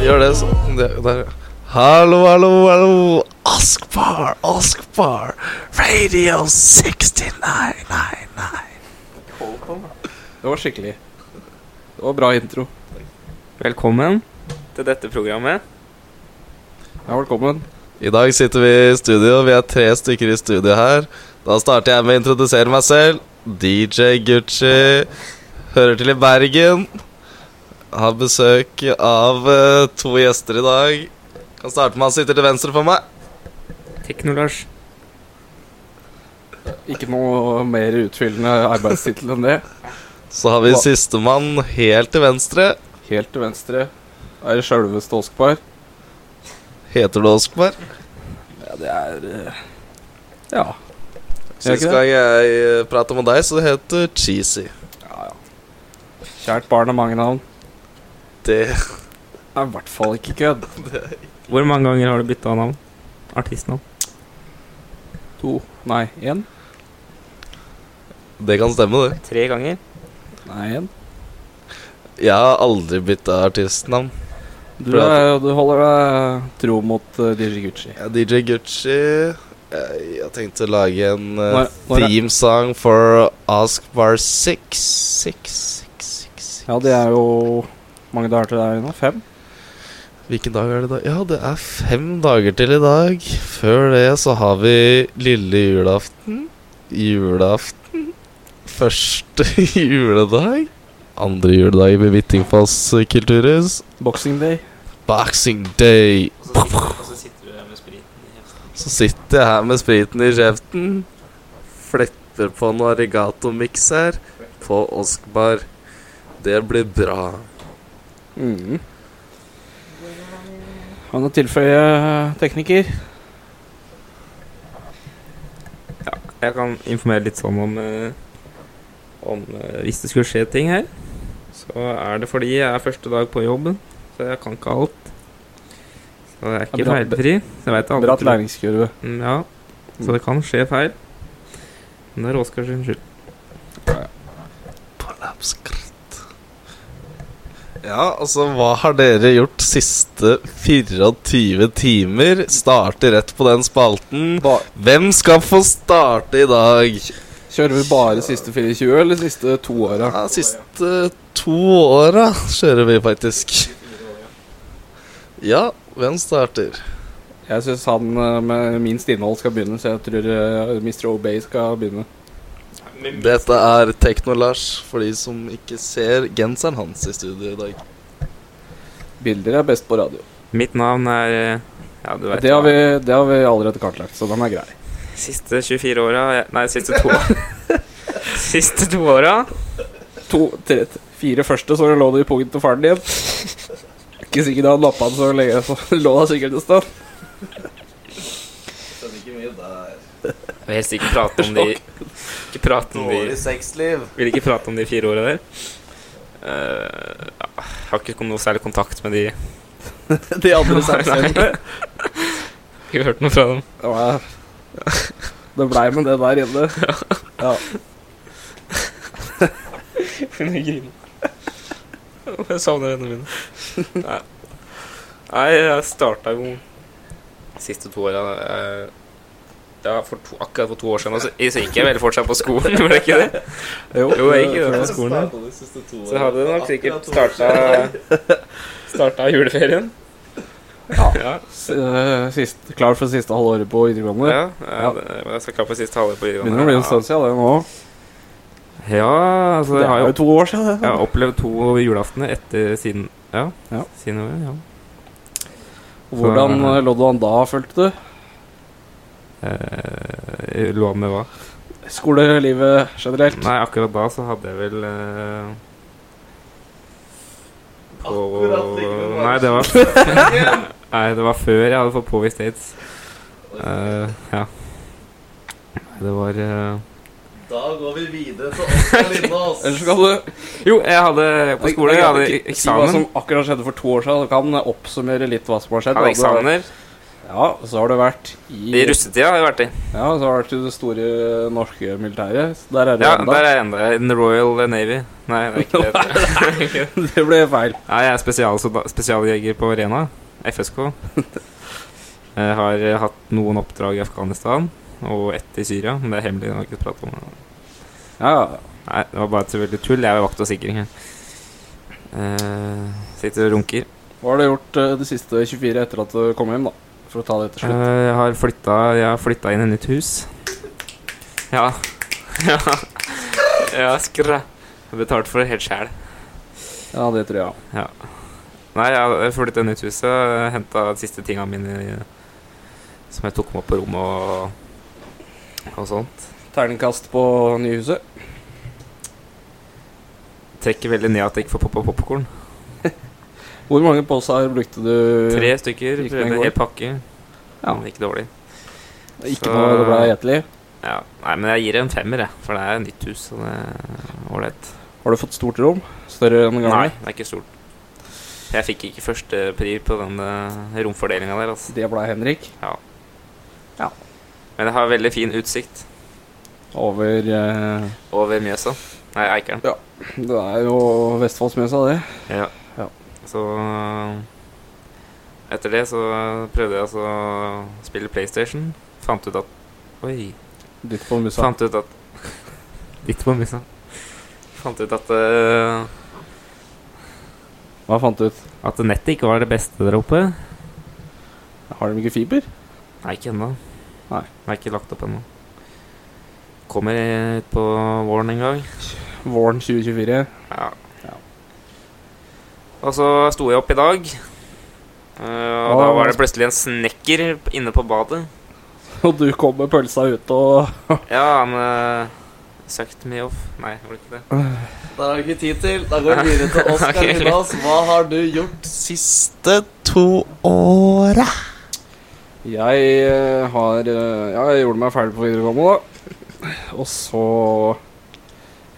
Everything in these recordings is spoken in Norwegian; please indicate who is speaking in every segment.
Speaker 1: Gjør det sånn. Det, der. Hallo, hallo, hallo. Askbar, Askbar. Radio 69. Nei, nei.
Speaker 2: Det var skikkelig. Det var bra intro.
Speaker 3: Velkommen til dette programmet.
Speaker 2: Ja, velkommen.
Speaker 1: I dag sitter vi i studio. Vi er tre stykker i studio her. Da starter jeg med å introdusere meg selv. DJ Gucci. Hører til i Bergen. Har besøk av eh, to gjester i dag. Kan starte med han som sitter til venstre for meg.
Speaker 3: Tekno-Lars.
Speaker 2: Ikke noe mer utfyllende arbeidstittel enn det.
Speaker 1: Så har vi
Speaker 2: Hva?
Speaker 1: sistemann helt til venstre.
Speaker 2: Helt til venstre er det sjølveste Åskbar.
Speaker 1: Heter du Oskmar?
Speaker 2: Ja, det er eh, Ja. Er det
Speaker 1: Sist
Speaker 2: ikke det?
Speaker 1: gang jeg eh, prater med deg, så det heter Cheesy.
Speaker 2: ja, ja. Kjært barn har mange navn.
Speaker 1: Det
Speaker 2: Det er i hvert fall ikke kødd.
Speaker 3: Hvor mange ganger har du bytta navn? Artistnavn?
Speaker 2: To. Nei, én.
Speaker 1: Det kan stemme, det.
Speaker 3: Tre ganger.
Speaker 2: Nei, én.
Speaker 1: Jeg har aldri bytta artistnavn.
Speaker 2: Du, er, du holder deg tro mot uh, DJ Gucci.
Speaker 1: Jeg er DJ Gucci. Jeg, jeg tenkte å lage en uh,
Speaker 2: Når- når er-
Speaker 1: theme song for Ask Bar 6. 6, 6, 6, 6.
Speaker 2: Ja, det er jo mange dager til det er nå. Fem?
Speaker 1: Hvilken dag er det i dag? Ja, det er fem dager til i dag. Før det så har vi lille julaften, julaften, første juledag, andre juledag i Hvittingfoss kulturhus,
Speaker 2: Boxing Day.
Speaker 1: Boxing Day.
Speaker 3: Og så sitter du der med spriten i kjeften.
Speaker 1: Så sitter jeg her med spriten i kjeften, fletter på noe arigato-miks her på Oskbar. Det blir bra.
Speaker 2: Mm. Han er tilføye eh, tekniker.
Speaker 3: Jeg kan informere litt sånn om, eh, om eh, Hvis det skulle skje ting her, så er det fordi jeg er første dag på jobben, så jeg kan ikke alt. Så jeg er ikke
Speaker 2: Ja, bra-
Speaker 3: feilfri. Så jeg vet alle
Speaker 2: Bratt
Speaker 3: tror-
Speaker 2: læringskurve.
Speaker 3: Mm, Ja, så det kan skje feil. Men det er Oskar sin skyld.
Speaker 1: Kollapskratt. Ja, altså, hva har dere gjort siste 24 timer? Starter rett på den spalten.
Speaker 2: Ba
Speaker 1: Hvem skal få starte i dag?
Speaker 2: kjører vi bare siste 24, eller siste to åra?
Speaker 1: Ja, siste to åra kjører vi faktisk. Ja, hvem starter?
Speaker 2: Jeg syns han eh, med minst innhold skal begynne, så jeg tror eh, Mr. Obey skal begynne.
Speaker 1: Dette er Tekno-Lars, for de som ikke ser genseren hans i studio i dag.
Speaker 2: Bilder er best på radio.
Speaker 3: Mitt navn er eh, Ja, du vet
Speaker 2: Det har,
Speaker 3: hva.
Speaker 2: vi, det har vi allerede kartlagt, så den er grei.
Speaker 3: Siste 24 åra Nei, siste to Siste to åra.
Speaker 2: To, tre, fire første, så lå du i pungen til faren din. Ikke sikkert han nappa den så lenge, så lå han sikkert et sted.
Speaker 3: Jeg vil helst ikke prate om de Ikke prate om de
Speaker 1: sexliv.
Speaker 3: Vil ikke prate om de fire åra der. Eh, ja, jeg har ikke noe særlig kontakt med de
Speaker 2: De andre
Speaker 3: Nei.
Speaker 2: sexene.
Speaker 3: Ikke hørt noe fra dem.
Speaker 2: Ja. Det blei med det der inne. Ja.
Speaker 3: Jeg griner. Jeg savner vennene mine. Nei, Nei jeg starta jo siste to åra eh, Ja, for to, akkurat for to år siden. Så, så gikk jeg vel fortsatt på skolen, gjorde jeg ikke det? Jo, jeg gikk jo på skolen. ja. Så jeg hadde nok sikkert starta Starta juleferien. Ja.
Speaker 2: S- eh, sist, klar for siste halvåret på
Speaker 3: ja,
Speaker 2: videregående.
Speaker 3: ja, det- men Jeg skal klare på siste halvår på
Speaker 2: Begynner å bli en
Speaker 3: videregående.
Speaker 2: stund siden det nå.
Speaker 3: Ja, altså
Speaker 2: Det
Speaker 3: jeg har
Speaker 2: er
Speaker 3: jo
Speaker 2: jo to år siden.
Speaker 3: jeg
Speaker 2: det.
Speaker 3: har opplevd to julaftener etter siden Ja.
Speaker 2: Ja.
Speaker 3: Siden året, ja.
Speaker 2: Hvordan eh, lå du an da, følte du?
Speaker 3: Eh, lå med hva?
Speaker 2: Skolelivet generelt?
Speaker 3: Nei, akkurat da så hadde jeg vel eh, på, Nei, det var Nei, det var før jeg hadde fått påvist aids. Eh, ja. Nei, det var eh,
Speaker 1: Da går vi videre til Oskar Lindås.
Speaker 2: Ellers kan du
Speaker 3: Jo, jeg hadde på skolen jeg hadde
Speaker 2: kan ikke
Speaker 3: ek-
Speaker 2: Si hva
Speaker 3: eksamen.
Speaker 2: som akkurat skjedde for to år siden. Du kan oppsummere litt hva som har
Speaker 3: Jeg
Speaker 2: skjedd. da.
Speaker 3: hadde eksamener.
Speaker 2: Ja, så har du vært i
Speaker 3: I russetida har jeg vært i.
Speaker 2: Ja, så har du vært i det store norske militæret. Så der er det
Speaker 3: Ja,
Speaker 2: enda.
Speaker 3: der er jeg enda. In the Royal Navy. Nei, det er ikke det. det. er ikke det.
Speaker 2: Det ble feil.
Speaker 3: Ja, jeg er spesialsolda- spesialjeger på Arena, FSK. Jeg har eh, hatt noen oppdrag i Afghanistan, og ett i Syria. Men det er hemmelig, det har jeg ikke pratet om det.
Speaker 2: Ja,
Speaker 3: Nei, det var bare selvfølgelig tull. Jeg er vakt og sikring. jeg. Eh, sitter og runker.
Speaker 2: Hva har du gjort eh, de siste 24 etter at du kom hjem, da? For å ta det til slutt.
Speaker 3: Eh, jeg har flytta Jeg har flytta inn i nytt hus. Ja. Ja, ja skræ. Jeg har betalt for det helt sjæl.
Speaker 2: Ja, det tror jeg.
Speaker 3: Nei, jeg flytta inn i nytt hus og henta de siste tinga mine i- som jeg tok med opp på rommet og, og sånt.
Speaker 2: Terningkast på nyhuset.
Speaker 3: Trekker veldig ned at jeg ikke får poppa popkorn.
Speaker 2: Hvor mange poser brukte du?
Speaker 3: Tre stykker.
Speaker 2: Gikk den i
Speaker 3: Prøvde
Speaker 2: går?
Speaker 3: hel pakke.
Speaker 2: Ja.
Speaker 3: Men Ikke dårlig.
Speaker 2: Ikke noe det ble gjetelig.
Speaker 3: Ja. Nei, men jeg gir en femmer, jeg. For det er nytt hus, så det er ålreit.
Speaker 2: Har du fått stort rom? Større enn
Speaker 3: Nei,
Speaker 2: gangen?
Speaker 3: det er ikke stort. Jeg fikk ikke førstepri på den romfordelinga der, altså.
Speaker 2: Det ble Henrik.
Speaker 3: Men jeg har veldig fin utsikt
Speaker 2: Over eh,
Speaker 3: over Mjøsa. Nei, Eikeren.
Speaker 2: Det er jo Vestfoldsmessa, det.
Speaker 3: Ja.
Speaker 2: Ja.
Speaker 3: Så øh, Etter det så øh, prøvde jeg altså å spille PlayStation. Fant ut at Oi.
Speaker 2: Dytt på musa.
Speaker 3: Fant ut at Litt på musa. Fant ut at øh,
Speaker 2: Hva fant du ut?
Speaker 3: At nettet ikke var det beste der oppe.
Speaker 2: Har de ikke fiber?
Speaker 3: Nei, ikke ennå.
Speaker 2: Nei.
Speaker 3: Jeg er ikke lagt opp ennå. Kommer eh, på våren en gang.
Speaker 2: Våren 2024.
Speaker 3: Ja.
Speaker 2: Ja.
Speaker 3: Og så sto jeg opp i dag, eh, og da
Speaker 2: Åh.
Speaker 3: var det plutselig en snekker inne på badet.
Speaker 2: Og du kom med pølsa ut og
Speaker 3: Ja, han eh, sucked me off. Nei, var det ikke det?
Speaker 1: Da har vi ikke tid til. Da går vi videre til Oskar
Speaker 3: Ok.
Speaker 1: Lindås. Hva har du gjort siste to åra?
Speaker 2: Jeg eh, har eh, Ja, jeg gjorde meg ferdig på videregående, da. Og så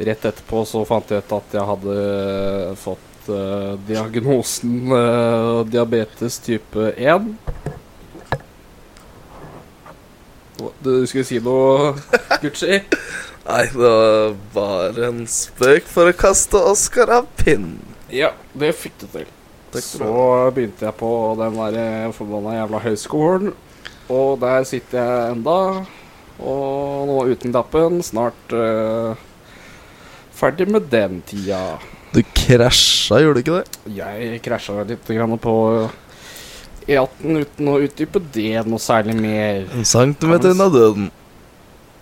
Speaker 2: Rett etterpå så fant jeg ut at jeg hadde fått eh, diagnosen eh, diabetes type 1. Hva- Du skulle si noe, Gucci?
Speaker 1: Nei, det var bare en spøk for å kaste Oskar av pinnen.
Speaker 2: Ja, det fikk du til.
Speaker 1: Takk skal
Speaker 2: så
Speaker 1: du
Speaker 2: begynte jeg på den der forbanna jævla høyskolen, og der sitter jeg enda. Og nå uten dappen, snart eh, ferdig med den tida.
Speaker 1: Du krasja, gjorde du ikke det?
Speaker 2: Jeg krasja litt grann på E18 uten å utdype det noe særlig mer.
Speaker 1: En centimeter unna døden.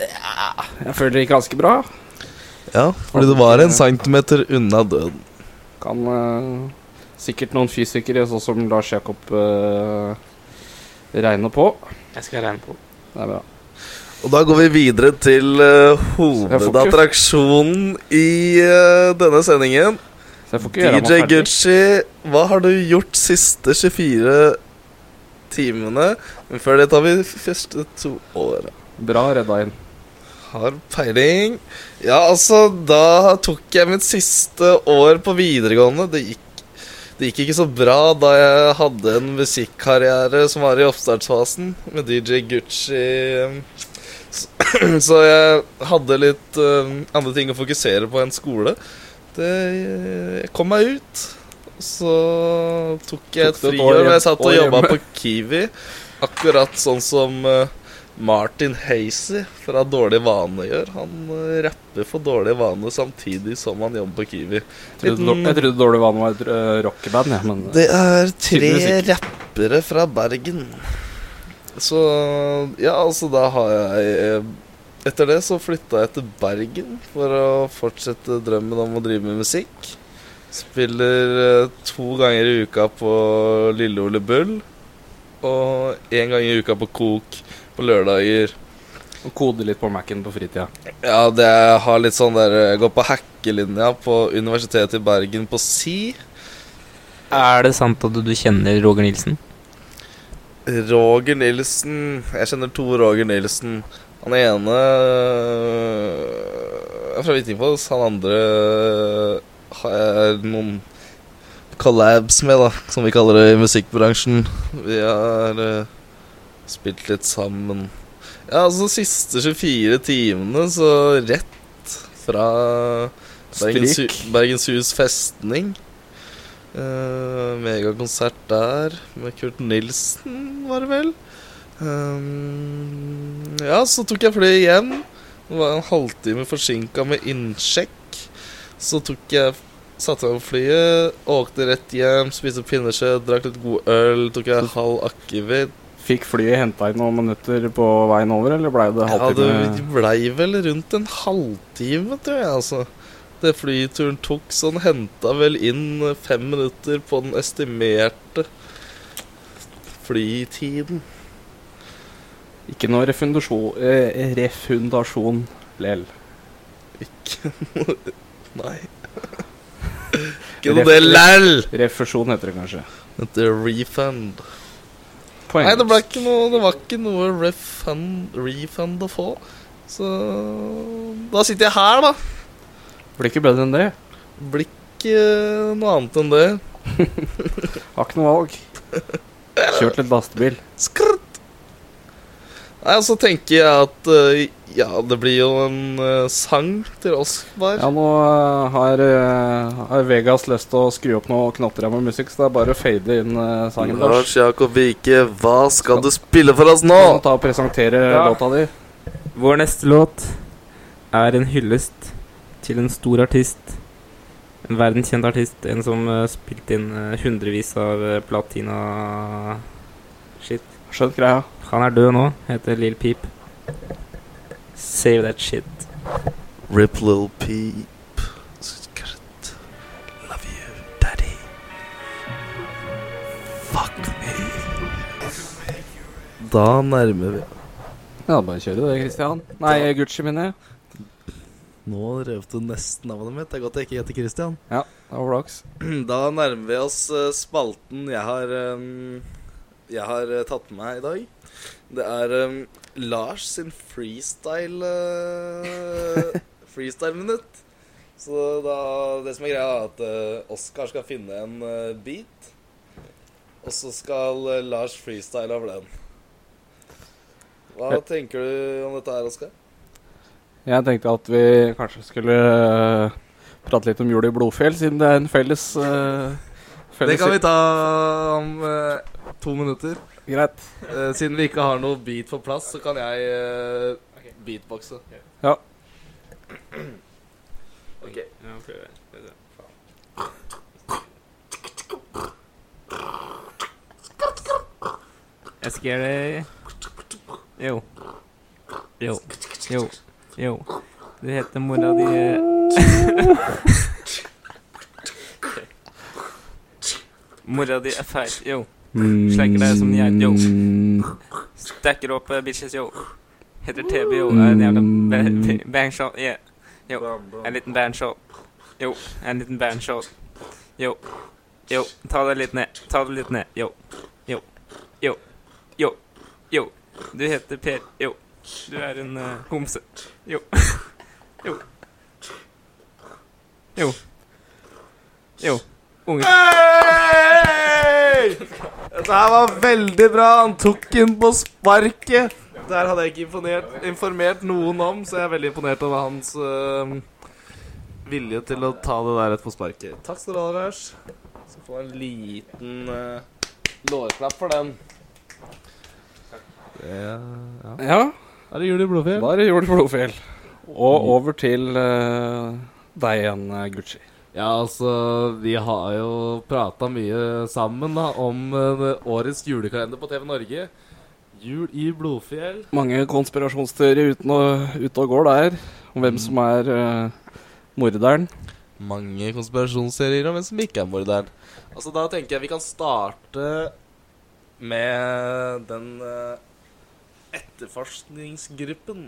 Speaker 2: Jeg føler det gikk ganske bra.
Speaker 1: Ja, fordi du var en centimeter unna døden.
Speaker 2: Kan eh, sikkert noen fysikere, sånn som Lars Jakob, eh, regne på.
Speaker 3: Jeg skal regne på.
Speaker 2: Det er bra.
Speaker 1: Og da går vi videre til eh,
Speaker 2: Jeg får ikke-
Speaker 1: hovedattraksjonen i eh, denne sendingen.
Speaker 2: Så jeg får ikke gjøre meg
Speaker 1: DJ
Speaker 2: ferdig.
Speaker 1: Gucci, hva har du gjort siste 24 timene? Men før det tar vi første to åra.
Speaker 2: Bra redda inn.
Speaker 1: Har peiling. Ja, altså, da tok jeg mitt siste år på videregående. Det gikk, det gikk ikke så bra da jeg hadde en musikkarriere som var i oppstartsfasen med DJ Gucci. Så, så jeg hadde litt eh, andre ting å fokusere på enn skole. Det, jeg kom meg ut. Så tok jeg et
Speaker 2: Tok det et år
Speaker 1: friår, og
Speaker 2: hjem-
Speaker 1: jeg satt og
Speaker 2: år
Speaker 1: jobba
Speaker 2: hjemme.
Speaker 1: på Kiwi. Akkurat sånn som eh, Martin Hazy fra Dårlig vane gjør. Han eh, rapper for Dårlig vane samtidig som han jobber på Kiwi.
Speaker 2: Jeg trodde,
Speaker 1: Liten-
Speaker 2: jeg trodde Dårlig Vane var et eh, rockeband, jeg, men
Speaker 1: Det er tre
Speaker 2: Tydelig
Speaker 1: rappere fra Bergen. Så Ja, altså, da har jeg eh, Etter det så flytta jeg til Bergen for å fortsette drømmen om å drive med musikk. Spiller eh, to ganger i uka på Lille Ole Bull. Og én gang i uka på Kok på lørdager.
Speaker 2: å kode litt på Mac-en på fritida.
Speaker 1: Ja, det har litt sånn der Jeg går på hackelinja på Universitetet i Bergen på Si.
Speaker 3: Er det sant at du, du kjenner Roger Nilsen?
Speaker 1: Roger Nilsen Jeg kjenner to Roger Nilsen. Han ene øh, er fra Hvittingfoss. Han andre øh, har jeg noen collabs med, da, som vi kaller det i musikkbransjen. Vi har øh, Spilt litt sammen. Ja, altså de siste 24 timene, så rett fra Bergenshus,
Speaker 2: Stryk.
Speaker 1: Bergenshus festning. Eh, megakonsert der med Kurt Nilsen, var det vel. Ehm, ja, så tok jeg flyet hjem. Det var en halvtime forsinka med innsjekk. Så tok jeg Satte meg på flyet, åkte rett hjem, spiste pinnekjøtt, drakk litt god øl, tok jeg halv akevitt.
Speaker 2: Fikk flyet henta i noen minutter på veien over, eller blei det
Speaker 1: Ja,
Speaker 2: halvtime?
Speaker 1: det blei vel rundt en halvtime, tror jeg, altså. Det flyturen tok, så den henta vel inn fem minutter på den estimerte flytiden.
Speaker 2: Ikke noe refundasjon, eh, refundasjon lell.
Speaker 1: Ikke noe Nei. Ikke noe det læll!
Speaker 2: Refusjon heter det kanskje.
Speaker 1: Dette er refund.
Speaker 2: Poeng.
Speaker 1: Nei, det ble ikke noe Det var ikke noe refund, refund å få. Så da sitter jeg her, da.
Speaker 2: Blir ikke bedre enn det.
Speaker 1: Blir ikke noe annet enn det.
Speaker 2: Har ikke noe valg. Kjørt litt lastebil.
Speaker 1: Skrutt. Nei, og så tenker jeg at eh, Ja, det blir jo en eh, sang til Oskar.
Speaker 2: Ja, nå eh, har, eh, har Vegas lyst til å skru opp noe knotter her med musikk, så det er bare å fade inn eh, sangen. Lars.
Speaker 1: Jakob Vike, hva skal du spille for oss nå?
Speaker 2: Kan du ta og presentere
Speaker 3: Ja.
Speaker 2: låta di?
Speaker 3: Vår neste låt er en hyllest til en stor artist. En verdenskjent artist. En som eh, spilte inn eh, hundrevis av eh, platina-shit.
Speaker 2: Skjønt greia.
Speaker 3: Han er død nå. Heter Lill Peep. Save that shit.
Speaker 1: Rip Little Peep. Skrutt. Love you, daddy. Fuck me. Da nærmer vi
Speaker 2: Ja, bare kjøre det, Christian. Nei, Gucci, mener jeg.
Speaker 1: Nå rev du nesten navnet mitt. Det er godt jeg ikke heter Christian.
Speaker 2: Ja, det var flaks.
Speaker 1: Da nærmer vi oss eh, spalten jeg har, eh, jeg har eh, tatt med meg i dag. Det er eh, Lars sin freestyle eh, freestyle-minutt. Så da, det som er greia, er at eh, Oskar skal finne en eh, beat. Og så skal eh, Lars freestyle over den. Hva tenker du om dette her, Oskar?
Speaker 2: Jeg tenkte at vi kanskje skulle eh, prate litt om jul i Blodfjell, siden det er en felles, eh, felles
Speaker 1: ta om eh, to minutter.
Speaker 2: Greit.
Speaker 1: Eh, siden vi ikke har noe beat på plass, så kan jeg eh, beatboxe.
Speaker 2: Ja.
Speaker 1: Ok.
Speaker 3: Ja, prøver jeg. Prøver jeg. Jeg skal gjøre det Jo. Jo. Jo. Jo. Du heter mora di eh. Mora di er feil. Yo. Mm. Slenger deg som en geit, yo. Stacker opp eh, bitches, yo. Heter TB, yo. Er en jævla ba- ba- bangshot, yeah. Jo. En liten bandshot. Jo. En liten bandshot. Jo. Jo. Ta det litt ned. Ta det litt ned. Yo. Yo. Yo. Yo. Yo. Du heter Per. Yo. Du er en eh, homse. Yo. Jo. Jo. Jo. Unge.
Speaker 1: Hey! Dette her var veldig bra. Han tok den på sparket. Det her hadde jeg ikke imponert, informert noen om, så jeg er veldig imponert over hans eh, vilje til å ta det der rett på sparket. Takk skal du ha, Lars. Så får jeg en liten eh, lårklapp for den. Det, ja.
Speaker 2: Ja,
Speaker 1: Er det jul i blodfjell?
Speaker 2: da er det jul i Blodfjell. Og over til eh, deg igjen, eh, Gucci.
Speaker 1: Ja, altså, vi har jo prata mye sammen da, om eh, årets julekalender på TV Norge. Jul i Blodfjell.
Speaker 2: Mange konspirasjonsteorier uten å, ute og går der, om hvem som er eh, morderen.
Speaker 1: Mange konspirasjonsserier om hvem som ikke er morderen. Altså, da tenker jeg vi kan starte med den eh, etterforskningsgruppen.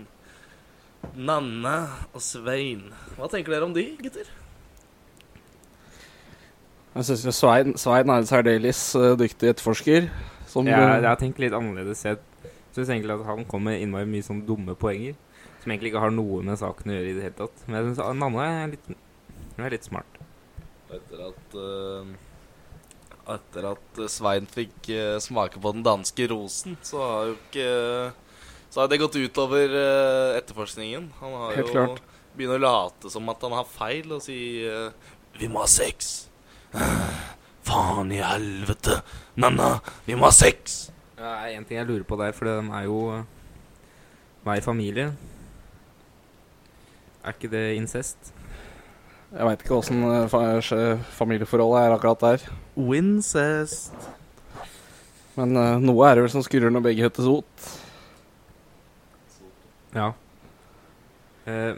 Speaker 1: Nanne og Svein. Hva tenker dere om de, gutter?
Speaker 2: Jeg syns jo Svein, Svein er en særdeles eh, dyktig etterforsker. Som,
Speaker 3: Ja, jeg
Speaker 2: ja.
Speaker 3: har tenkt litt annerledes. Jeg syns egentlig at han kom med innmari mye sånn dumme poenger. Som egentlig ikke har noe med saken å gjøre i det hele tatt. Men jeg syns Nanne er litt, hun er litt smart.
Speaker 1: Etter at eh, Etter at eh, Svein fikk eh, smake på den danske rosen, så har jo ikke Så har det gått utover eh, etterforskningen. Han har
Speaker 2: Helt
Speaker 1: jo
Speaker 2: klart.
Speaker 1: begynner å late som at han har feil, og si eh, 'Vi må ha sex'. Faen i helvete. Nanna, vi må ha sex.
Speaker 3: Det er en ting jeg lurer på der, for de er jo eh, hver familie. Er ikke det incest?
Speaker 2: Jeg veit ikke åssen familieforholdet er akkurat der.
Speaker 1: Wincest.
Speaker 2: Men eh, noe er det vel som skurrer når begge heter Sot.
Speaker 3: Ja. Eh,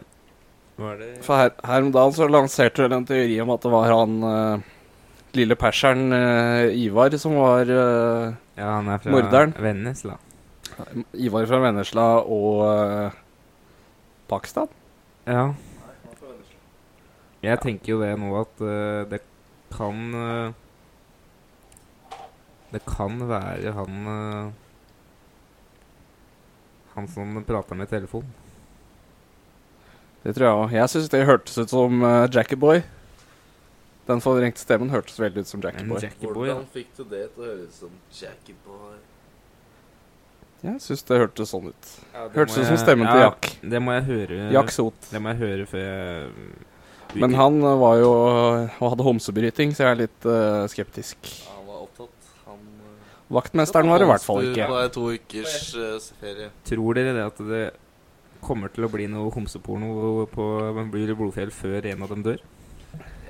Speaker 3: hva er det
Speaker 2: For her, her om dagen så lanserte du vel en teori om at det var han eh, lille perseren eh, Ivar som var eh,
Speaker 3: Ja, han er fra
Speaker 2: Morderen.
Speaker 3: Vennesla.
Speaker 2: Ivar fra Vennesla og eh, Pakistan.
Speaker 3: Ja. Jeg tenker jo det nå at eh, det kan eh, Det kan være han eh, Han som prata med telefonen.
Speaker 2: Det tror jeg òg. Jeg syns det hørtes ut som uh, Jackieboy. Den forvrengte stemmen hørtes veldig ut som
Speaker 3: En
Speaker 2: Jackieboy.
Speaker 3: Jackieboy, ja.
Speaker 1: fikk du det til å høres som Jackie Boy?
Speaker 2: Jeg syns det hørtes sånn ut.
Speaker 3: Ja, det
Speaker 2: Hørtes
Speaker 3: må
Speaker 2: ut som
Speaker 3: jeg-
Speaker 2: stemmen til
Speaker 3: ja,
Speaker 2: Jack.
Speaker 3: Det må jeg høre
Speaker 2: Jack Sot.
Speaker 3: Det må jeg høre før jeg mm,
Speaker 2: Men han eh, var jo og hadde homsebryting, så jeg er litt eh, skeptisk.
Speaker 1: Han var opptatt. Han eh,
Speaker 2: Vaktmesteren var det i hvert fall
Speaker 1: Hans tur
Speaker 2: ikke.
Speaker 1: På ei to ukers eh, ferie.
Speaker 3: Tror dere det at det kommer til å bli noe homseporno på Blir det Blodfjell før en av dem dør?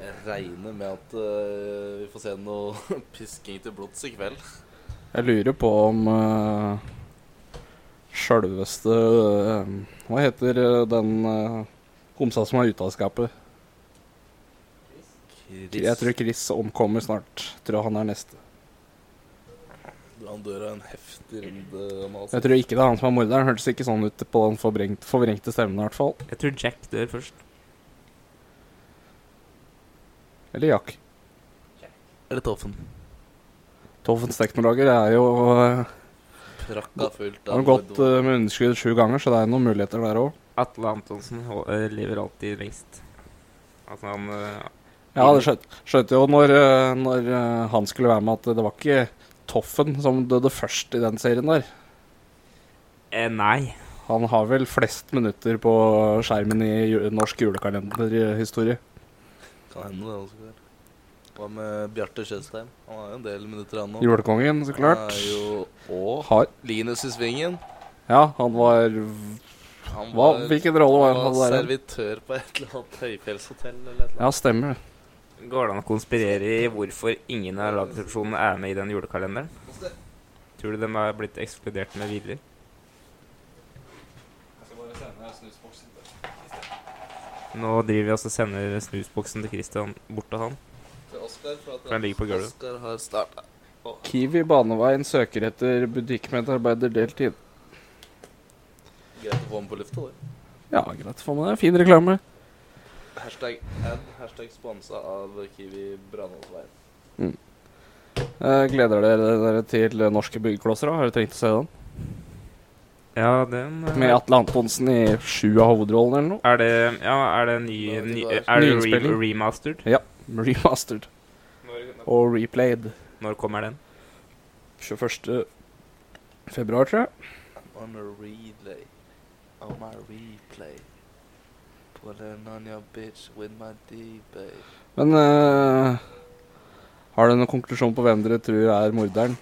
Speaker 1: Jeg regner med at eh, vi får se noe pisking til blods i kveld.
Speaker 2: Jeg lurer på om uh, sjølveste eh, Hva heter eh, den eh, homsa som er ute av skapet? Jeg tror Chris omkommer snart. Tror han er neste.
Speaker 1: Han dør av en heftig runde om halsen.
Speaker 2: Jeg tror ikke det er han som er morderen. Hørtes ikke sånn ut på den forvrengt, forvrengte stemmen i hvert fall.
Speaker 3: Jeg tror Jack dør først.
Speaker 2: Eller Jack.
Speaker 1: Er det Toffen?
Speaker 2: Toffens teknologer er jo eh,
Speaker 1: Prakka fullt
Speaker 2: har gått eh, med underskudd sju ganger, så det er noen muligheter der òg.
Speaker 3: Atle Antonsen hå- eh, lever alltid lengst. Altså han eh,
Speaker 2: Ja, det skjønte, skjønte jo når, eh, når eh, han skulle være med, at det var ikke Toffen som døde først i den serien der.
Speaker 3: eh, Nei.
Speaker 2: Han har vel flest minutter på skjermen i ju- norsk julekalenderhistorie.
Speaker 1: Kan hende det også. Kjell. Hva med Bjarte Tjøstheim? Han har jo en del minutter, han nå.
Speaker 2: Julekongen, så klart.
Speaker 1: Han er jo Og
Speaker 2: Har,
Speaker 1: Linus i Svingen.
Speaker 2: ja, han var
Speaker 1: Han
Speaker 2: hva, Hvilken rolle var han
Speaker 1: han var
Speaker 2: hadde der?
Speaker 1: servitør på et eller annet høyfjellshotell eller et eller
Speaker 2: Ja, stemmer det.
Speaker 3: Går det an å konspirere i hvorfor ingen av lagresepsjonene er med i den julekalenderen? Tror du de har blitt ekskludert med vilje? Nå driver vi også og sender snusboksen til Christian bort til han.
Speaker 1: annet. Til Oscar, for at
Speaker 3: For den ligger på gulvet.
Speaker 1: Oscar har starta.
Speaker 2: Kiwi Baneveien søker etter butikkmedarbeider deltid.
Speaker 1: Greit å få ham på lufta, det.
Speaker 2: Ja, greit for meg. Fin reklame.
Speaker 1: Hashtag ad, hashtag sponsa av Kiwi Brannholmsveien.
Speaker 2: Eh, gleder dere dere til Norske byggeklosser? da? Har dere trengt å se den?
Speaker 3: Ja, den eh,
Speaker 2: Med Atle Antonsen i sju av hovedrollene eller noe?
Speaker 3: Er det, ja, er det ny,
Speaker 1: Nå vet
Speaker 3: ny
Speaker 1: jeg ikke hva
Speaker 3: Er det
Speaker 2: det er.
Speaker 3: re
Speaker 2: Nyinnspilling?
Speaker 3: remastered?
Speaker 2: Remastered
Speaker 3: Når,
Speaker 2: og replayed.
Speaker 3: kommer den?
Speaker 2: 21. februar, tror jeg.
Speaker 1: On a relay. On my replay. Pulling on your bitch with my D-babe.
Speaker 2: Men eh, har du noen konklusjon på hvem dere tror er morderen?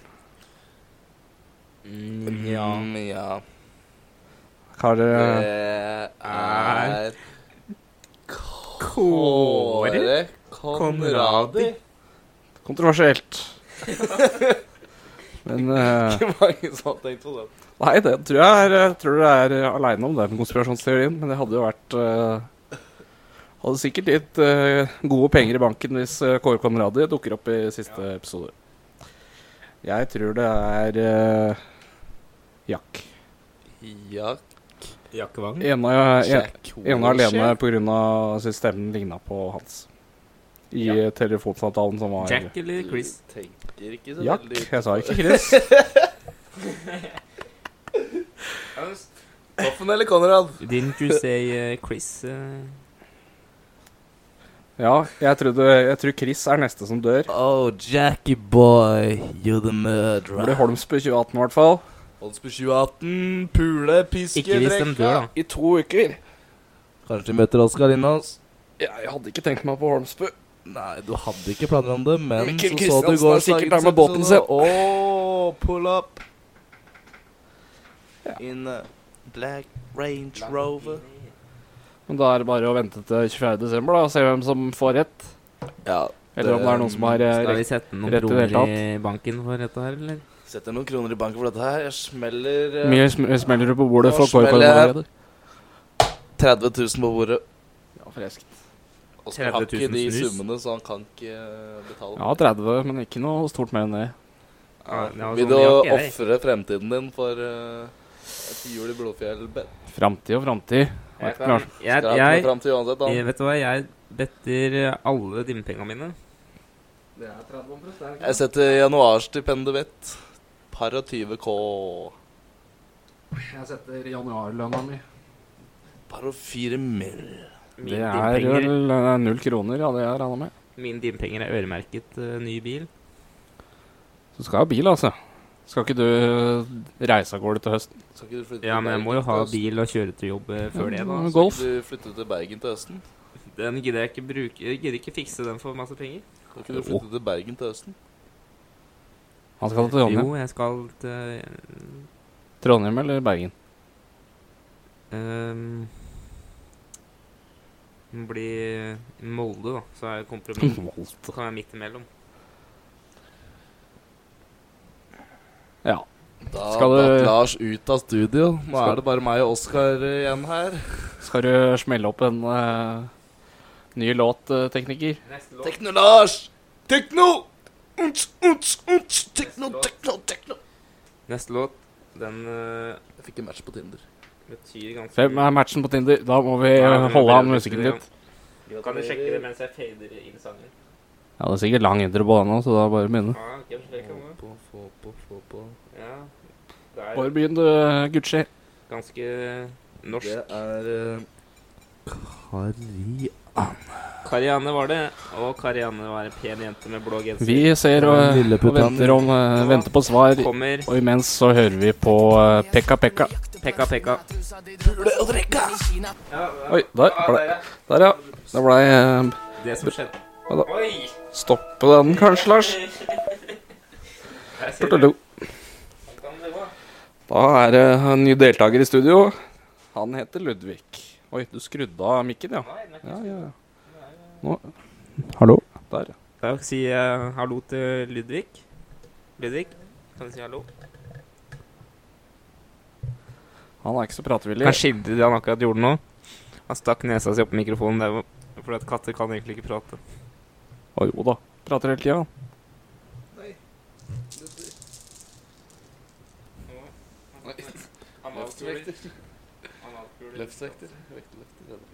Speaker 1: Mm, Ja. ja.
Speaker 2: Har
Speaker 1: Eh.
Speaker 2: dere
Speaker 1: Det er
Speaker 3: er
Speaker 1: Kåre Konradi.
Speaker 2: Kontroversielt. Men eh,
Speaker 1: Ikke mange som har tenkt på det.
Speaker 2: Nei, det tror jeg er, jeg tror dere er aleine om den konspirasjonsteorien. Men det hadde jo vært eh, Hadde sikkert gitt eh, gode penger i banken hvis eh, Kåre Conradi dukker opp i siste episode. Jeg tror det er eh, Jack.
Speaker 1: Ja,
Speaker 3: Jakkevang?
Speaker 2: Ene
Speaker 1: Jack
Speaker 2: Ene
Speaker 1: Wilshere.
Speaker 2: alene pga. stemmen ligna på hans. I eh, telefonsamtalen som var
Speaker 3: Jack eller Chris?
Speaker 1: Du tenker ikke så
Speaker 2: Jack.
Speaker 1: veldig ut.
Speaker 2: Jeg sa ikke Chris.
Speaker 1: Toffen eller Konrad?
Speaker 3: uh, Didn't you say eh, Chris? eh?
Speaker 2: Eh, Ja, jeg, trodde, jeg tror Chris er neste som dør.
Speaker 1: Oh, Jackie boy, you're the
Speaker 2: Det
Speaker 1: murderer.
Speaker 2: blir Holmsbø 2018 i hvert fall.
Speaker 4: Holmsby 2018, pule, piske,
Speaker 3: Ikke hvis de dør, da.
Speaker 2: I to uker.
Speaker 1: Kanskje de møter Oskar Lindås?
Speaker 2: Jeg hadde ikke tenkt meg på Holmsbø.
Speaker 1: Nei, du hadde ikke planer om det, men så så
Speaker 2: Mikkel
Speaker 1: du
Speaker 2: Kristiansen
Speaker 1: går
Speaker 2: er sikkert der med båten sin.
Speaker 1: Oh, pull up. In a black Range Rover.
Speaker 2: Men da er det bare å vente til 24. desember da, og se hvem som får rett.
Speaker 1: Ja,
Speaker 2: Eller om det er noen som har eh,
Speaker 3: Skal vi
Speaker 2: rett.
Speaker 3: sette noen
Speaker 2: rett i det hele
Speaker 3: kroner i banken for dette her, eller?
Speaker 1: setter noen kroner i banken for dette her. Jeg smeller eh,
Speaker 2: Mye sm smeller du på bordet
Speaker 1: Nå
Speaker 2: for
Speaker 1: smeller
Speaker 2: Korkor
Speaker 1: jeg.
Speaker 2: allerede?
Speaker 1: 30 000 på bordet.
Speaker 2: Ja, freskt.
Speaker 1: Oskar har
Speaker 3: 30 000
Speaker 1: ikke de
Speaker 3: snus.
Speaker 1: summene, så han kan ikke eh, betale.
Speaker 2: Ja, 30, men ikke noe stort mer enn det.
Speaker 3: Ja, det var
Speaker 1: Vil
Speaker 3: sånn
Speaker 1: du
Speaker 3: vi har ikke det.
Speaker 1: ofre fremtiden din for eh, et jul i Blodfjell? Bet-
Speaker 2: Framtid og framtid.
Speaker 3: Jeg,
Speaker 2: Klart.
Speaker 3: kan- jeg,
Speaker 1: Skal jeg,
Speaker 3: jeg,
Speaker 1: frem til uansett, da.
Speaker 3: jeg Vet du hva, jeg better alle dimmepengene mine.
Speaker 1: Jeg setter januarstipendet mitt. Par og 20 K.
Speaker 2: Jeg setter januarlønna mi.
Speaker 1: Par og 4 mill.
Speaker 3: Mine
Speaker 2: Det er
Speaker 3: dimpenger,
Speaker 2: vel eh, null kroner, ja, det jeg regna med.
Speaker 3: mine dimpenger er øremerket eh, ny bil.
Speaker 2: Så skal jeg ha bil, altså. Skal ikke du eh, reise av gårde til høsten?
Speaker 1: Skal ikke du flytte
Speaker 3: Ja,
Speaker 1: til
Speaker 3: men jeg
Speaker 1: Bergen
Speaker 3: må jo ha
Speaker 1: til høsten?
Speaker 3: bil og kjøre til jobb eh, før det, da.
Speaker 2: Ja,
Speaker 3: Så
Speaker 2: Golf.
Speaker 1: Skal ikke du flytte til Bergen til høsten?
Speaker 3: Den gidder jeg ikke bruke Jeg gidder ikke fikse den for masse penger.
Speaker 1: Skal ikke du flytte til Bergen til høsten?
Speaker 2: Han skal til Trondheim.
Speaker 3: Jo, jeg skal til eh,
Speaker 2: Trondheim eller Bergen?
Speaker 3: ehm, Bli Molde, da. Så er det kompromiss. Så kan jeg midt imellom.
Speaker 2: Ja.
Speaker 1: Da
Speaker 2: Skal
Speaker 1: du...
Speaker 2: du-
Speaker 1: Lars ut av studio. Nå
Speaker 2: Skal-
Speaker 1: er det bare meg og Oskar igjen her.
Speaker 2: Skal du smelle opp en eh, ny låt, eh, tekniker?
Speaker 3: Neste låt.
Speaker 1: Tekno-Lars! Tekno! Unts, unts, unts. Tekno, tekno, tekno.
Speaker 3: Neste låt den eh,
Speaker 1: Jeg fikk en match på Tinder.
Speaker 3: betyr ganske
Speaker 2: Hvem er eh, matchen på Tinder? Da må vi
Speaker 3: Nei,
Speaker 2: eh,
Speaker 3: men
Speaker 2: holde av
Speaker 3: det-
Speaker 2: musikken litt.
Speaker 3: Kan du sjekke det mens jeg fader inn sangen?
Speaker 2: Ja, det er sikkert lang intro på den nå, så da bare begynne.
Speaker 3: Ah, ok, sjekk om det.
Speaker 1: Få på, få på, få på.
Speaker 3: Ja. Det er
Speaker 2: Bare begynn, du, eh, Gucci.
Speaker 3: ganske norsk.
Speaker 1: Det er eh, Kari
Speaker 3: Karianne var det. Og Karianne var en pen jente med blå genser.
Speaker 2: Vi ser og,
Speaker 1: Den lille
Speaker 2: og
Speaker 1: puttanen.
Speaker 2: venter, om, eh, venter på svar,
Speaker 3: kommer
Speaker 2: og imens så hører vi på eh, Pekka Pekka.
Speaker 3: Pekka Pekka.
Speaker 2: Oi, der. ble- Der, ja. Da blei eh,
Speaker 3: Det som skjedde
Speaker 2: Hva da?
Speaker 3: Oi!
Speaker 2: Stopp på den, kanskje, Lars.
Speaker 3: Jeg ser det.
Speaker 2: Tortolo. Da er det en ny deltaker i studio. Han heter Ludvig. Oi, du skrudde av mikken, ja. Ja, ja, ja. Nå. Hallo? Der, ja.
Speaker 3: Da kan jeg si eh, hallo til Ludvig. Ludvig, kan du si hallo?
Speaker 2: Han er ikke så pratevillig.
Speaker 3: Kan skildre det han akkurat gjorde nå. Han stakk nesa si opp i mikrofonen. Det var fordi at katter kan egentlig ikke prate.
Speaker 2: Å jo da. Prater hele tida.
Speaker 1: Løftvekter. Løftvekter. Vekteløfter.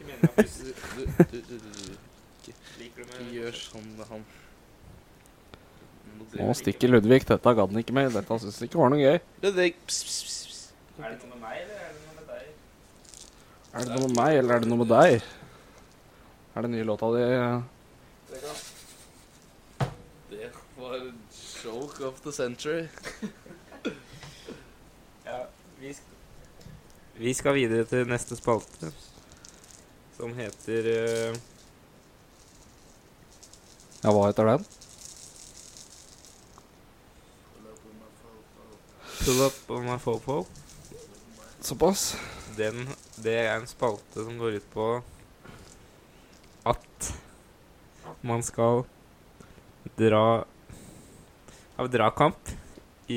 Speaker 1: Du, du, du, du, du. Ikke gjør sånn med han. Nå
Speaker 2: Nå
Speaker 1: driver-
Speaker 2: stikker Ludvig. Dette gadd han ikke mer. Dette syntes han ikke var noe gøy.
Speaker 1: Ludvig, pss, pss, pss, pss.
Speaker 3: Er det noe med meg, eller er det noe med deg?
Speaker 2: Er det noe med meg, eller er det noe med deg? Er det nye låta di
Speaker 1: Det var joke of the century.
Speaker 3: Ja, vi skal, vi skal videre til neste spalte, som heter eh,
Speaker 2: Ja, hva heter den?
Speaker 3: Pull up on my fofo.
Speaker 2: Såpass.
Speaker 3: Den, det er en spalte som går ut på at man skal dra av dragkamp i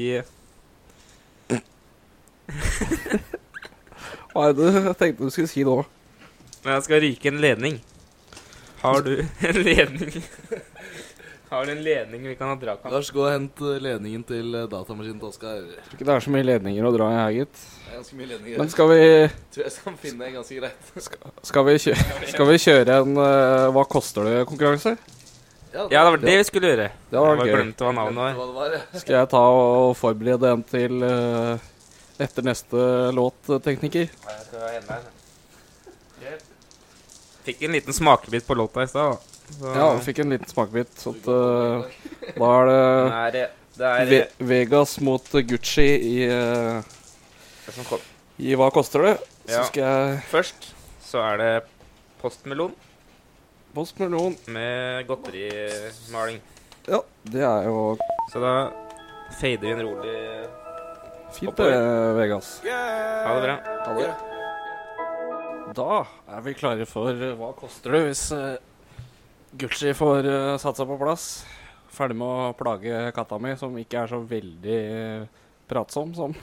Speaker 2: Hva er det jeg tenkte du skulle si nå?
Speaker 3: Men jeg skal ryke en ledning. Har du en ledning Har du en ledning vi kan ha dragkamp?
Speaker 1: Lars, gå og hent eh, ledningen til eh, datamaskinen til Oskar. Det
Speaker 2: Tror ikke det er så mye ledninger å dra i her, gitt.
Speaker 1: er ganske mye ledninger.
Speaker 2: Men skal vi
Speaker 1: Jeg tror jeg skal finne en ganske greit.
Speaker 2: Skal vi, kjø skal vi kjøre en eh, Hva koster det-konkurranse?
Speaker 3: Ja, det var det vi skulle gjøre.
Speaker 2: Det
Speaker 3: Jeg
Speaker 2: var
Speaker 3: bare
Speaker 2: gøy.
Speaker 3: glemte hva navnet var.
Speaker 1: Hva det var, ja.
Speaker 2: Skal jeg ta og forberede en til eh, etter neste låt, eh, tekniker?
Speaker 3: Jeg skal hente den. Fikk en liten smakebit på låta i stad. da. Så-
Speaker 2: Ja, vi fikk en liten smakebit. Så at, eh, da er det
Speaker 3: Nei, det, det er
Speaker 2: Ve Vegas mot eh, Gucci i, eh,
Speaker 3: det som kom.
Speaker 2: i Hva koster det? Så
Speaker 3: Ja.
Speaker 2: skal jeg
Speaker 3: Først så er det postmelon
Speaker 2: Postmelon.
Speaker 3: med godterimaling.
Speaker 2: Ja, det er jo
Speaker 3: Så da fader vi en rolig
Speaker 2: fint, det,
Speaker 3: Oppover.
Speaker 2: Vegas.
Speaker 3: Ha det bra.
Speaker 2: Ha det. Da er vi klare for eh, Hva koster det hvis eh, Gucci får eh, satt seg på plass? Ferdig med å plage katta mi, som ikke er så veldig eh, pratsom, som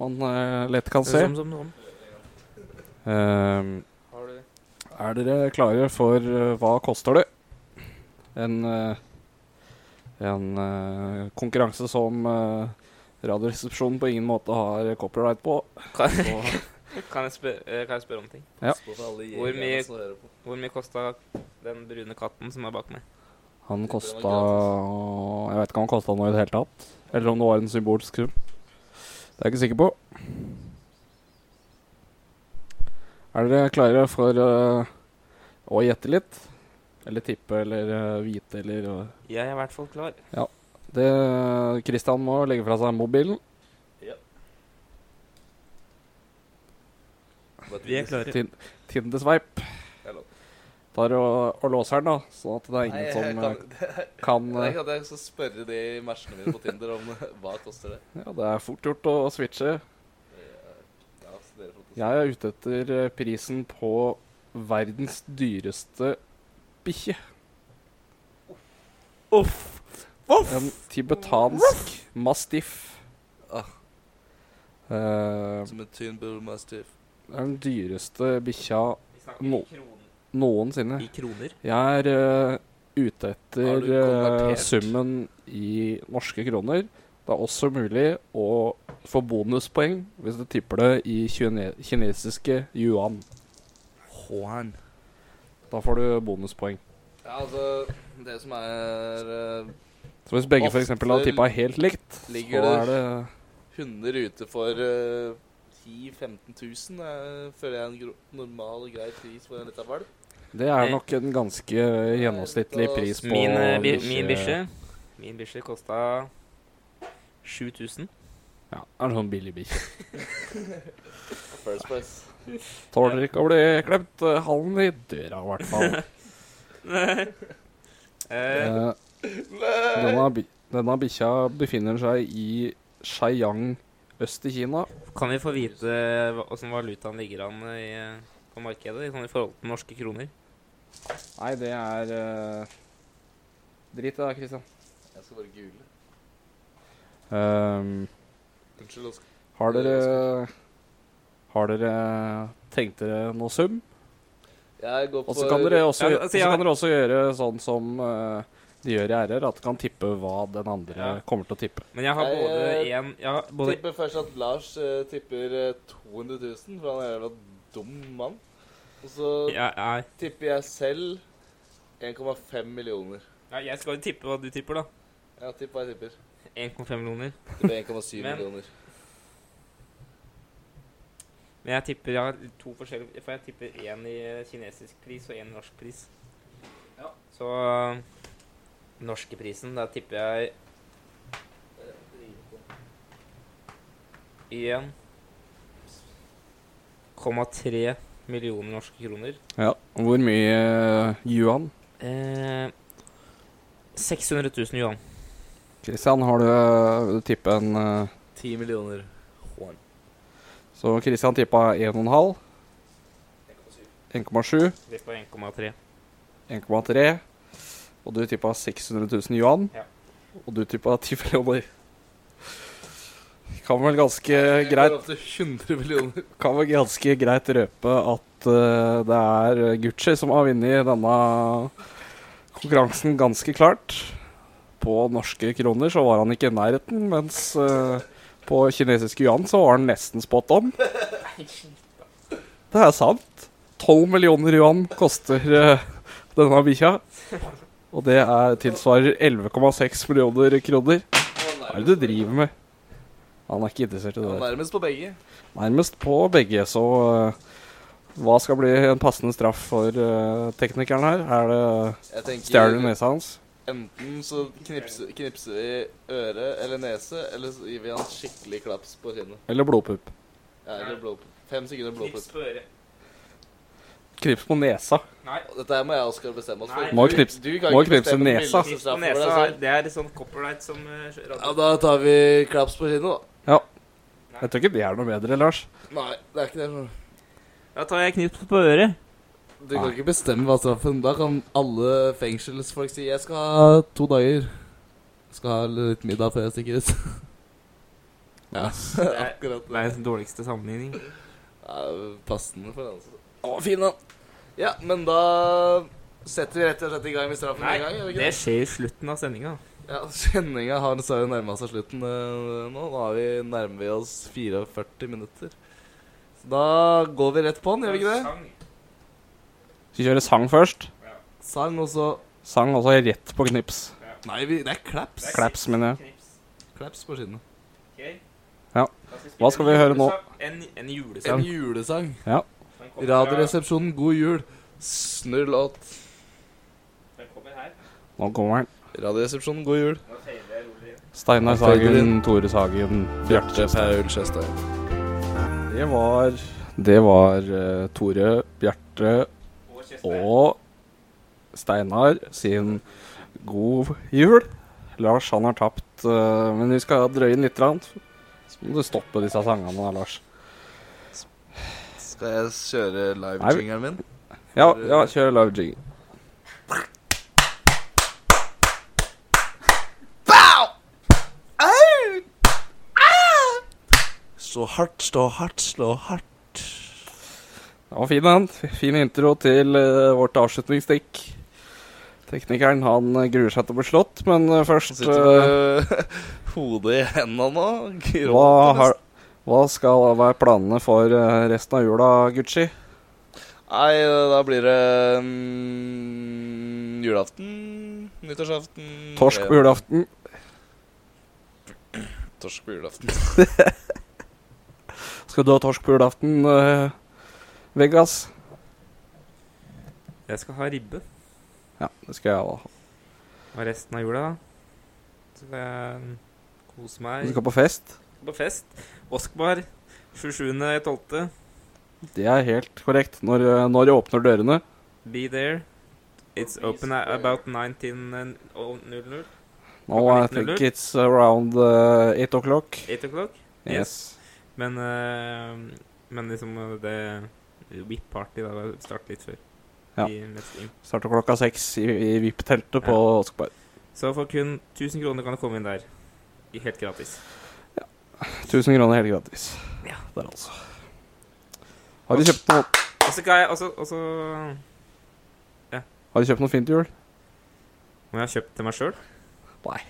Speaker 2: man eh, lett kan se.
Speaker 3: Som, som, som.
Speaker 2: Ehm, er dere klare for eh, Hva koster det? En, eh, en eh, konkurranse som eh, Radioresepsjonen på ingen måte har copyright på.
Speaker 3: Kan,
Speaker 2: Så
Speaker 3: kan, jeg spør, eh, kan jeg spørre om ting?
Speaker 2: Ja.
Speaker 3: Hvor mye, hvor mye kosta den brune katten som er bak meg?
Speaker 2: Han kosta Jeg vet ikke om han kosta noe i det hele tatt. Eller om det var en symbolsk sum. Det er jeg ikke sikker på. Er dere klare for øh, å gjette litt? Eller tippe eller øh, vite eller øh.
Speaker 3: Jeg er i hvert fall klar.
Speaker 2: det, Christian må legge fra seg mobilen.
Speaker 3: Vi er klare.
Speaker 2: Tin- Tindesveip.
Speaker 5: Det er lov.
Speaker 2: Tar og, og låser den, da, sånn at det er ingen som øh, kan øh,
Speaker 6: Jeg kan jeg skal spørre de matchene mine på Tinder om eh, hva koster det.
Speaker 2: Ja, det er fort gjort å switche.
Speaker 6: Ja, så dere får det.
Speaker 2: Jeg er ute etter eh, prisen på verdens dyreste bikkje.
Speaker 3: Uff.
Speaker 2: En tibetansk mastiff.
Speaker 6: Ah.
Speaker 2: Eh,
Speaker 6: Som en tynn bull mastiff.
Speaker 2: det er den dyreste bikkja
Speaker 3: Vi snakker
Speaker 2: Nå.
Speaker 3: i kroner.
Speaker 2: noensinne.
Speaker 3: I kroner.
Speaker 2: Jeg er eh, ute
Speaker 6: Har
Speaker 2: etter
Speaker 6: du konvertert?
Speaker 2: eh, summen i norske kroner. Det er også mulig å få bonuspoeng hvis du tipper det i kine kinesiske yuan.
Speaker 6: Håren.
Speaker 2: Da får du bonuspoeng.
Speaker 6: Ja, altså Det som er eh,
Speaker 2: Så hvis begge f.eks. hadde
Speaker 6: Ofte
Speaker 2: tippa helt likt,
Speaker 6: ligger
Speaker 2: så
Speaker 6: det-
Speaker 2: er det
Speaker 6: hunder ute for eh, 10 000-15 000, eh, føler jeg er en gro normal og grei pris for en liten valp.
Speaker 2: Det er nok en ganske gjennomsnittlig pris på
Speaker 3: Min, eh, bi min bikkje Min bikkje kosta 7000.
Speaker 2: Ja, er en sånn billig bikkje.
Speaker 6: First place.
Speaker 2: Tåler ikke å bli klemt eh, halen i døra, i hvert fall.
Speaker 3: Eh,
Speaker 2: Eh, denne bi denne bikkja befinner seg i Sheiyang øst i Kina.
Speaker 3: kan vi få vite hva- åssen valutaen ligger an i, eh, på markedet i sånn i forhold til norske kroner?
Speaker 2: Nei, det er eh, Drit i det, Kristian.
Speaker 6: Jeg skal bare google. Unnskyld, Oskar.
Speaker 2: Ehm, har dere Har dere tenkt dere noe sum?
Speaker 6: Jeg går
Speaker 2: Og
Speaker 6: for
Speaker 2: så kan dere også,
Speaker 3: Ja,
Speaker 2: og
Speaker 3: altså,
Speaker 2: så
Speaker 3: ja.
Speaker 2: kan dere også gjøre sånn som eh, de gjør i RR, at du kan tippe hva den andre
Speaker 3: Ja.
Speaker 2: kommer til å tippe.
Speaker 3: Men jeg har
Speaker 6: Jeg,
Speaker 3: både
Speaker 6: eh,
Speaker 3: én Jeg har både
Speaker 6: Tipper først at Lars eh, tipper eh, 200 000, for han er en jævla dum mann. Og så
Speaker 3: ja, nei.
Speaker 6: tipper jeg selv 1,5 millioner.
Speaker 3: Nei, Jeg skal jo tippe hva du tipper, da.
Speaker 6: Ja, tipp hva jeg tipper.
Speaker 3: 1,5 millioner.
Speaker 6: Tipper 1,7
Speaker 3: Men-
Speaker 2: Eh,
Speaker 6: millioner.
Speaker 3: Men jeg tipper jeg har to forskjellige For jeg tipper én i eh, kinesisk pris og én norsk pris. Så eh, norske prisen, da tipper jeg Igjen 1,3 millioner norske kroner.
Speaker 2: Ja. Hvor mye eh, yuan?
Speaker 3: Eh, 600 000 yuan.
Speaker 2: Kristian, har du eh, vil du tippe en eh,
Speaker 6: 10 millioner. Horn.
Speaker 2: Så Kristian tippa 1,5. 1,7.
Speaker 3: Det på 1,3.
Speaker 2: 1,3. Og du tippa 600 000 yuan.
Speaker 3: Ja.
Speaker 2: Og du tippa 10 millioner. Kan vel ganske greit
Speaker 6: Opp til 100 millioner.
Speaker 2: kan vel ganske greit røpe at eh, det er Gucci som har vunnet denne konkurransen ganske klart. På norske kroner så var han ikke i nærheten, mens eh, på kinesiske yuan så var han nesten spot on. Det er sant. 12 millioner yuan koster eh, denne bikkja. Og det er, tilsvarer 11,6 millioner kroner. Hva er det du driver med? Han er ikke interessert i det.
Speaker 6: Han
Speaker 2: der
Speaker 6: er nærmest på begge.
Speaker 2: nærmest på begge, så eh, Hva skal bli en passende straff for eh, teknikeren her? Er det
Speaker 1: Jeg
Speaker 2: Stjeler du
Speaker 1: tenker
Speaker 2: nesa hans?
Speaker 1: enten så knipser, knipser vi øre eller nese, eller så gir vi han skikkelig klaps på kinnet.
Speaker 2: Eller blodpupp?
Speaker 1: Ja, eller blowpup. Fem sekunder
Speaker 3: Knips
Speaker 1: blowpup.
Speaker 3: på øret.
Speaker 2: Knips på nesa.
Speaker 3: Nei.
Speaker 1: Dette her må jeg og Oskar bestemme oss for.
Speaker 3: Nei.
Speaker 2: Må knipse-
Speaker 1: Du kan
Speaker 2: må
Speaker 1: ikke
Speaker 2: knipse
Speaker 1: bestemme mildeste
Speaker 2: nesa.
Speaker 3: Knips på
Speaker 1: straffen for
Speaker 3: nesa.
Speaker 1: deg
Speaker 3: er-
Speaker 1: selv.
Speaker 3: Det er sånn copperlight som eh,
Speaker 1: Ja,
Speaker 3: radioen.
Speaker 1: da tar vi klaps på kinnet,
Speaker 2: Jeg tror ikke det er noe bedre, Lars.
Speaker 1: da. Nei, det er ikke det. skjønner du.
Speaker 3: Da tar jeg knips på øret.
Speaker 1: Du kan ikke bestemme hva straffen Da kan alle fengselsfolk si 'Jeg skal ha to dager'. Jeg skal ha litt middag før jeg stikker ut. ja, akkurat.
Speaker 3: Det er den dårligste sammenligning.
Speaker 1: Ja, passende for han. altså. Å, fin han. Ja, men da setter vi rett og slett i gang med straffen
Speaker 3: Nei,
Speaker 1: en gang. gjør vi ikke
Speaker 3: det skjer i slutten av sendinga.
Speaker 1: Ja, Sendinga har dessverre nærma seg slutten eh, nå. Nå er vi, nærmer vi oss 44 minutter. Så da går vi rett på den, gjør vi ikke det?
Speaker 2: Skal vi kjøre sang først?
Speaker 1: Sang, og så
Speaker 2: Sang også rett på knips.
Speaker 1: Nei, vi, det er claps.
Speaker 2: Klaps, mener jeg.
Speaker 1: Claps på skinnet.
Speaker 2: Ja. Hva skal vi høre nå?
Speaker 3: En, en
Speaker 1: En
Speaker 3: julesang.
Speaker 1: julesang.
Speaker 3: Den kommer fra-
Speaker 1: Radioresepsjonen, god jul. Snurr låt.
Speaker 3: Den kommer her.
Speaker 2: Nå kommer den.
Speaker 1: Radioresepsjonen, god jul.
Speaker 3: Nå fader jeg rolig.
Speaker 2: Steinar Sagen, Tore Sagen, Bjarte
Speaker 1: Bjarte Paul Tjøstheim.
Speaker 2: Det var Det var eh, Tore, Bjarte
Speaker 3: Og Kjøstheim.
Speaker 2: og Steinar sin God jul. Lars, han har tapt, eh, men vi skal drøye den litt. grann. Så må du stoppe disse sangene da, Lars.
Speaker 7: Skal jeg kjøre
Speaker 2: Nei.
Speaker 7: live-jingeren min?
Speaker 2: Ja, ja kjør live jiggy.
Speaker 7: Stå hardt, stå hardt, slå hardt.
Speaker 2: Det var fin, den. Fin intro til eh, vårt avslutningsstikk. Teknikeren han eh, gruer seg til å bli slått, men eh, først eh,
Speaker 7: Sitter med hodet i hendene nå. Gråter
Speaker 2: hva,
Speaker 7: nesten.
Speaker 2: har, hva skal være planene for eh, resten av jula, Gucci?
Speaker 7: Nei, da blir det mm, julaften, nyttårsaften
Speaker 2: Torsk på julaften.
Speaker 7: Torsk på julaften.
Speaker 2: Skal du ha torsk på julaften, eh, Vegas?
Speaker 3: Jeg skal ha ribbe.
Speaker 2: Ja, det skal jeg òg.
Speaker 3: Og resten av jula så skal jeg um, kose
Speaker 2: Du
Speaker 3: meg
Speaker 2: skal på fest?
Speaker 3: på fest. Oskbar 27.12.
Speaker 2: Det er helt korrekt. Når, eh, når jeg åpner dørene
Speaker 3: Be there. It's open at about oh, 19.00.
Speaker 2: Nå I think it's around uh, eight o'clock.
Speaker 3: 8 o'clock.
Speaker 2: Yes.
Speaker 3: Men, eh, men liksom eh, det VIP-party da, det starter litt før.
Speaker 2: Ja.
Speaker 3: I Metzingen.
Speaker 2: Starter klokka seks i, i VIP-teltet på Oskberg.
Speaker 3: Så for kun 1000 kroner kan du komme inn der. I- Helt gratis.
Speaker 2: 1000 kroner helt gratis.
Speaker 3: Ja.
Speaker 2: Der, altså. Har du kjøpt noe,
Speaker 3: Og så kan jeg også, også
Speaker 2: har du kjøpt noe fint til jul?
Speaker 3: Må jeg ha kjøpt til meg sjøl?
Speaker 2: Nei.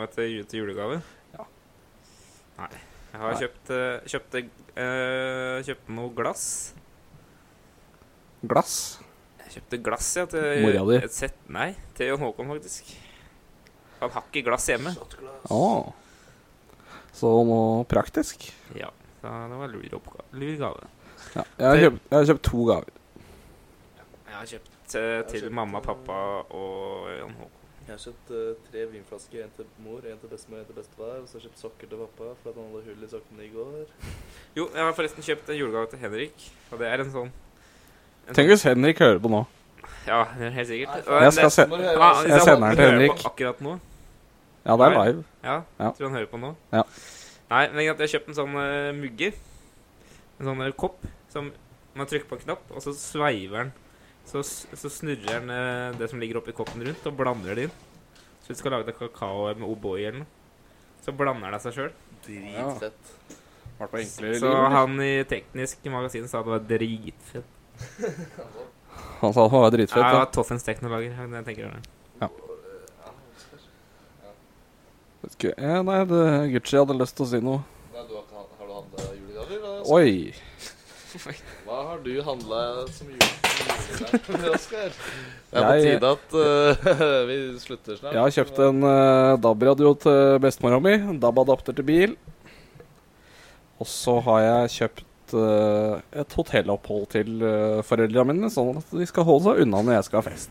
Speaker 3: Og et eh, jul- til julegave?
Speaker 2: Ja.
Speaker 3: Nei. Jeg har
Speaker 2: Nei.
Speaker 3: kjøpt eh, kjøpt, eh, kjøpt noe glass.
Speaker 2: Glass?
Speaker 3: Jeg kjøpte glass ja, til
Speaker 2: Mora di.
Speaker 3: Et sett, nei, til Jon Håkon, faktisk. Han har ikke glass hjemme.
Speaker 2: Å. Så noe praktisk.
Speaker 3: Ja, så det var lur, oppga- lur gave.
Speaker 2: Ja. Jeg, har kjøpt, jeg har kjøpt to gaver.
Speaker 3: Jeg har kjøpt eh, til
Speaker 1: kjøpt,
Speaker 3: mamma,
Speaker 1: eh,
Speaker 3: pappa og Jan Håkon.
Speaker 1: Jeg har kjøpt eh, tre vinflasker. En til mor, en til bestemor, en til bestefar. Og så har jeg kjøpt sokker til pappa for at han hadde hull i sokkene i går.
Speaker 3: Jo, jeg har forresten kjøpt en julegave til Henrik. Og det er en sånn en
Speaker 2: Tenk hvis Henrik hører på nå.
Speaker 3: sånn- Ja, det er helt sikkert. Og
Speaker 2: Jeg skal
Speaker 3: det-
Speaker 2: se.
Speaker 3: Ah,
Speaker 2: jeg
Speaker 3: hvis
Speaker 2: sender den til
Speaker 3: hører på
Speaker 2: Henrik.
Speaker 3: Akkurat nå.
Speaker 2: Ja, det er live.
Speaker 3: Ja,
Speaker 2: Ja.
Speaker 3: tror han hører på nå.
Speaker 2: Ja.
Speaker 3: Nei, men jeg har kjøpt en sånn eh, mugge. En sånn eh, kopp som man trykker på en knapp, og så sveiver den. Så, s- så snurrer den eh, det som ligger oppi koppen rundt, og blander det inn. Så du skal lage deg kakao med O'boy eller noe. Så blander det seg sjøl.
Speaker 1: Dritfett.
Speaker 3: Så han i teknisk magasin sa det var dritfett.
Speaker 2: Han sa han var dritfett.
Speaker 3: Ja,
Speaker 2: Ja.
Speaker 3: Toffens teknolager. er det Jeg tenker over det.
Speaker 2: Skulle- Ja, nei, det, Gucci hadde lyst til å si noe.
Speaker 1: Nei, du har, ikke han- har du handla julegaver? da?
Speaker 2: Oi!
Speaker 1: Altså, Hva har du handla som julegave, Oskar? Det er på
Speaker 2: Jeg-
Speaker 1: tide at eh, vi slutter snart.
Speaker 2: Jeg har kjøpt en eh, DAB-radio til bestemora mi. en DAB-adapter til bil. Og så har jeg kjøpt et, eh, et hotellopphold til eh, foreldra mine, sånn at de skal holde seg unna når jeg skal ha fest.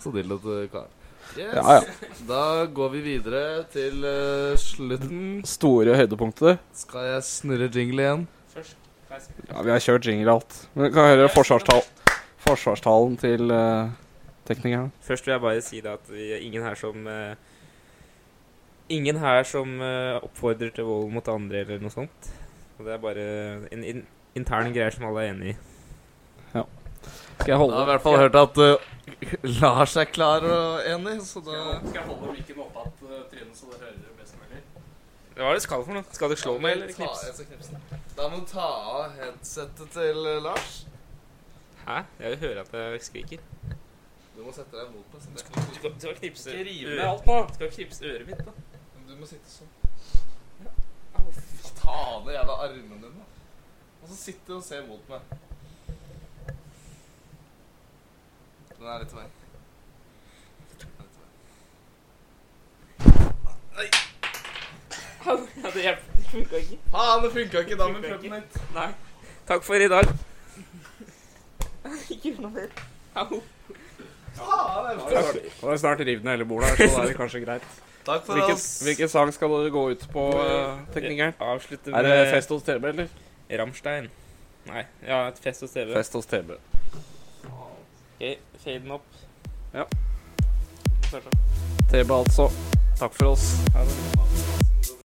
Speaker 1: Så dillot eh, kar. Yes.
Speaker 2: Ja, ja.
Speaker 1: Da går vi videre til eh, slutten.
Speaker 2: Store høydepunkter.
Speaker 1: Skal jeg snurre jingle igjen?
Speaker 3: Først.
Speaker 2: Ja, vi har kjørt jingle og alt. Men kan jeg høre forsvarstal forsvarstalen til eh, teknikeren?
Speaker 3: Først vil jeg bare si da at vi er ingen her som eh, Ingen her som eh, oppfordrer til vold mot andre eller noe sånt. Og det er bare en in intern greie som alle er enig i.
Speaker 2: Skal
Speaker 1: Da har jeg
Speaker 2: jeg
Speaker 1: i
Speaker 2: holde
Speaker 1: hvert fall hørt at eh, Lars er klar og enig, så da
Speaker 2: holde mikken oppe at eh, trynet så dere hører det best mulig?
Speaker 3: Hva er det du skal for noe? Skal du slå meg eller knipse?
Speaker 1: jeg skal knipse. Da må du ta av headsettet til eh, Lars.
Speaker 3: Hæ? Jeg vil høre at jeg skriker.
Speaker 1: Du må sette deg mot meg. så det kan
Speaker 3: Du
Speaker 1: du
Speaker 3: skal, du skal knipse
Speaker 2: rive
Speaker 3: øret-
Speaker 2: med alt nå.
Speaker 3: Du skal knipse øret mitt, da.
Speaker 1: ikke- Du må sitte sånn. Au, f- Ta av deg jævla armene dine. Og så sitter du og ser mot meg. Den er litt vei. Den er litt vei.
Speaker 3: Ja, det hjelper. Det funka ikke.
Speaker 1: Faen, det funka ikke da med
Speaker 3: Funka ikke.
Speaker 1: prøven litt.
Speaker 3: Nei. Takk for i dag. Ikke gjør noe mer. Au.
Speaker 2: Det var snart revet ned hele bordet her, så da er det kanskje greit.
Speaker 1: Takk for
Speaker 2: Hvilken,
Speaker 1: oss.
Speaker 2: hvilken sang skal dere gå ut på, eh, teknikeren?
Speaker 3: Avslutte
Speaker 2: Er det
Speaker 3: med
Speaker 2: Fest hos TB, eller?
Speaker 3: Rammstein. Nei. Ja, et fest hos TV.
Speaker 2: Fest hos TB.
Speaker 3: Ok, fade den opp.
Speaker 2: Ja.
Speaker 3: Starta.
Speaker 2: TB, altså. Takk for oss.
Speaker 3: Ha det.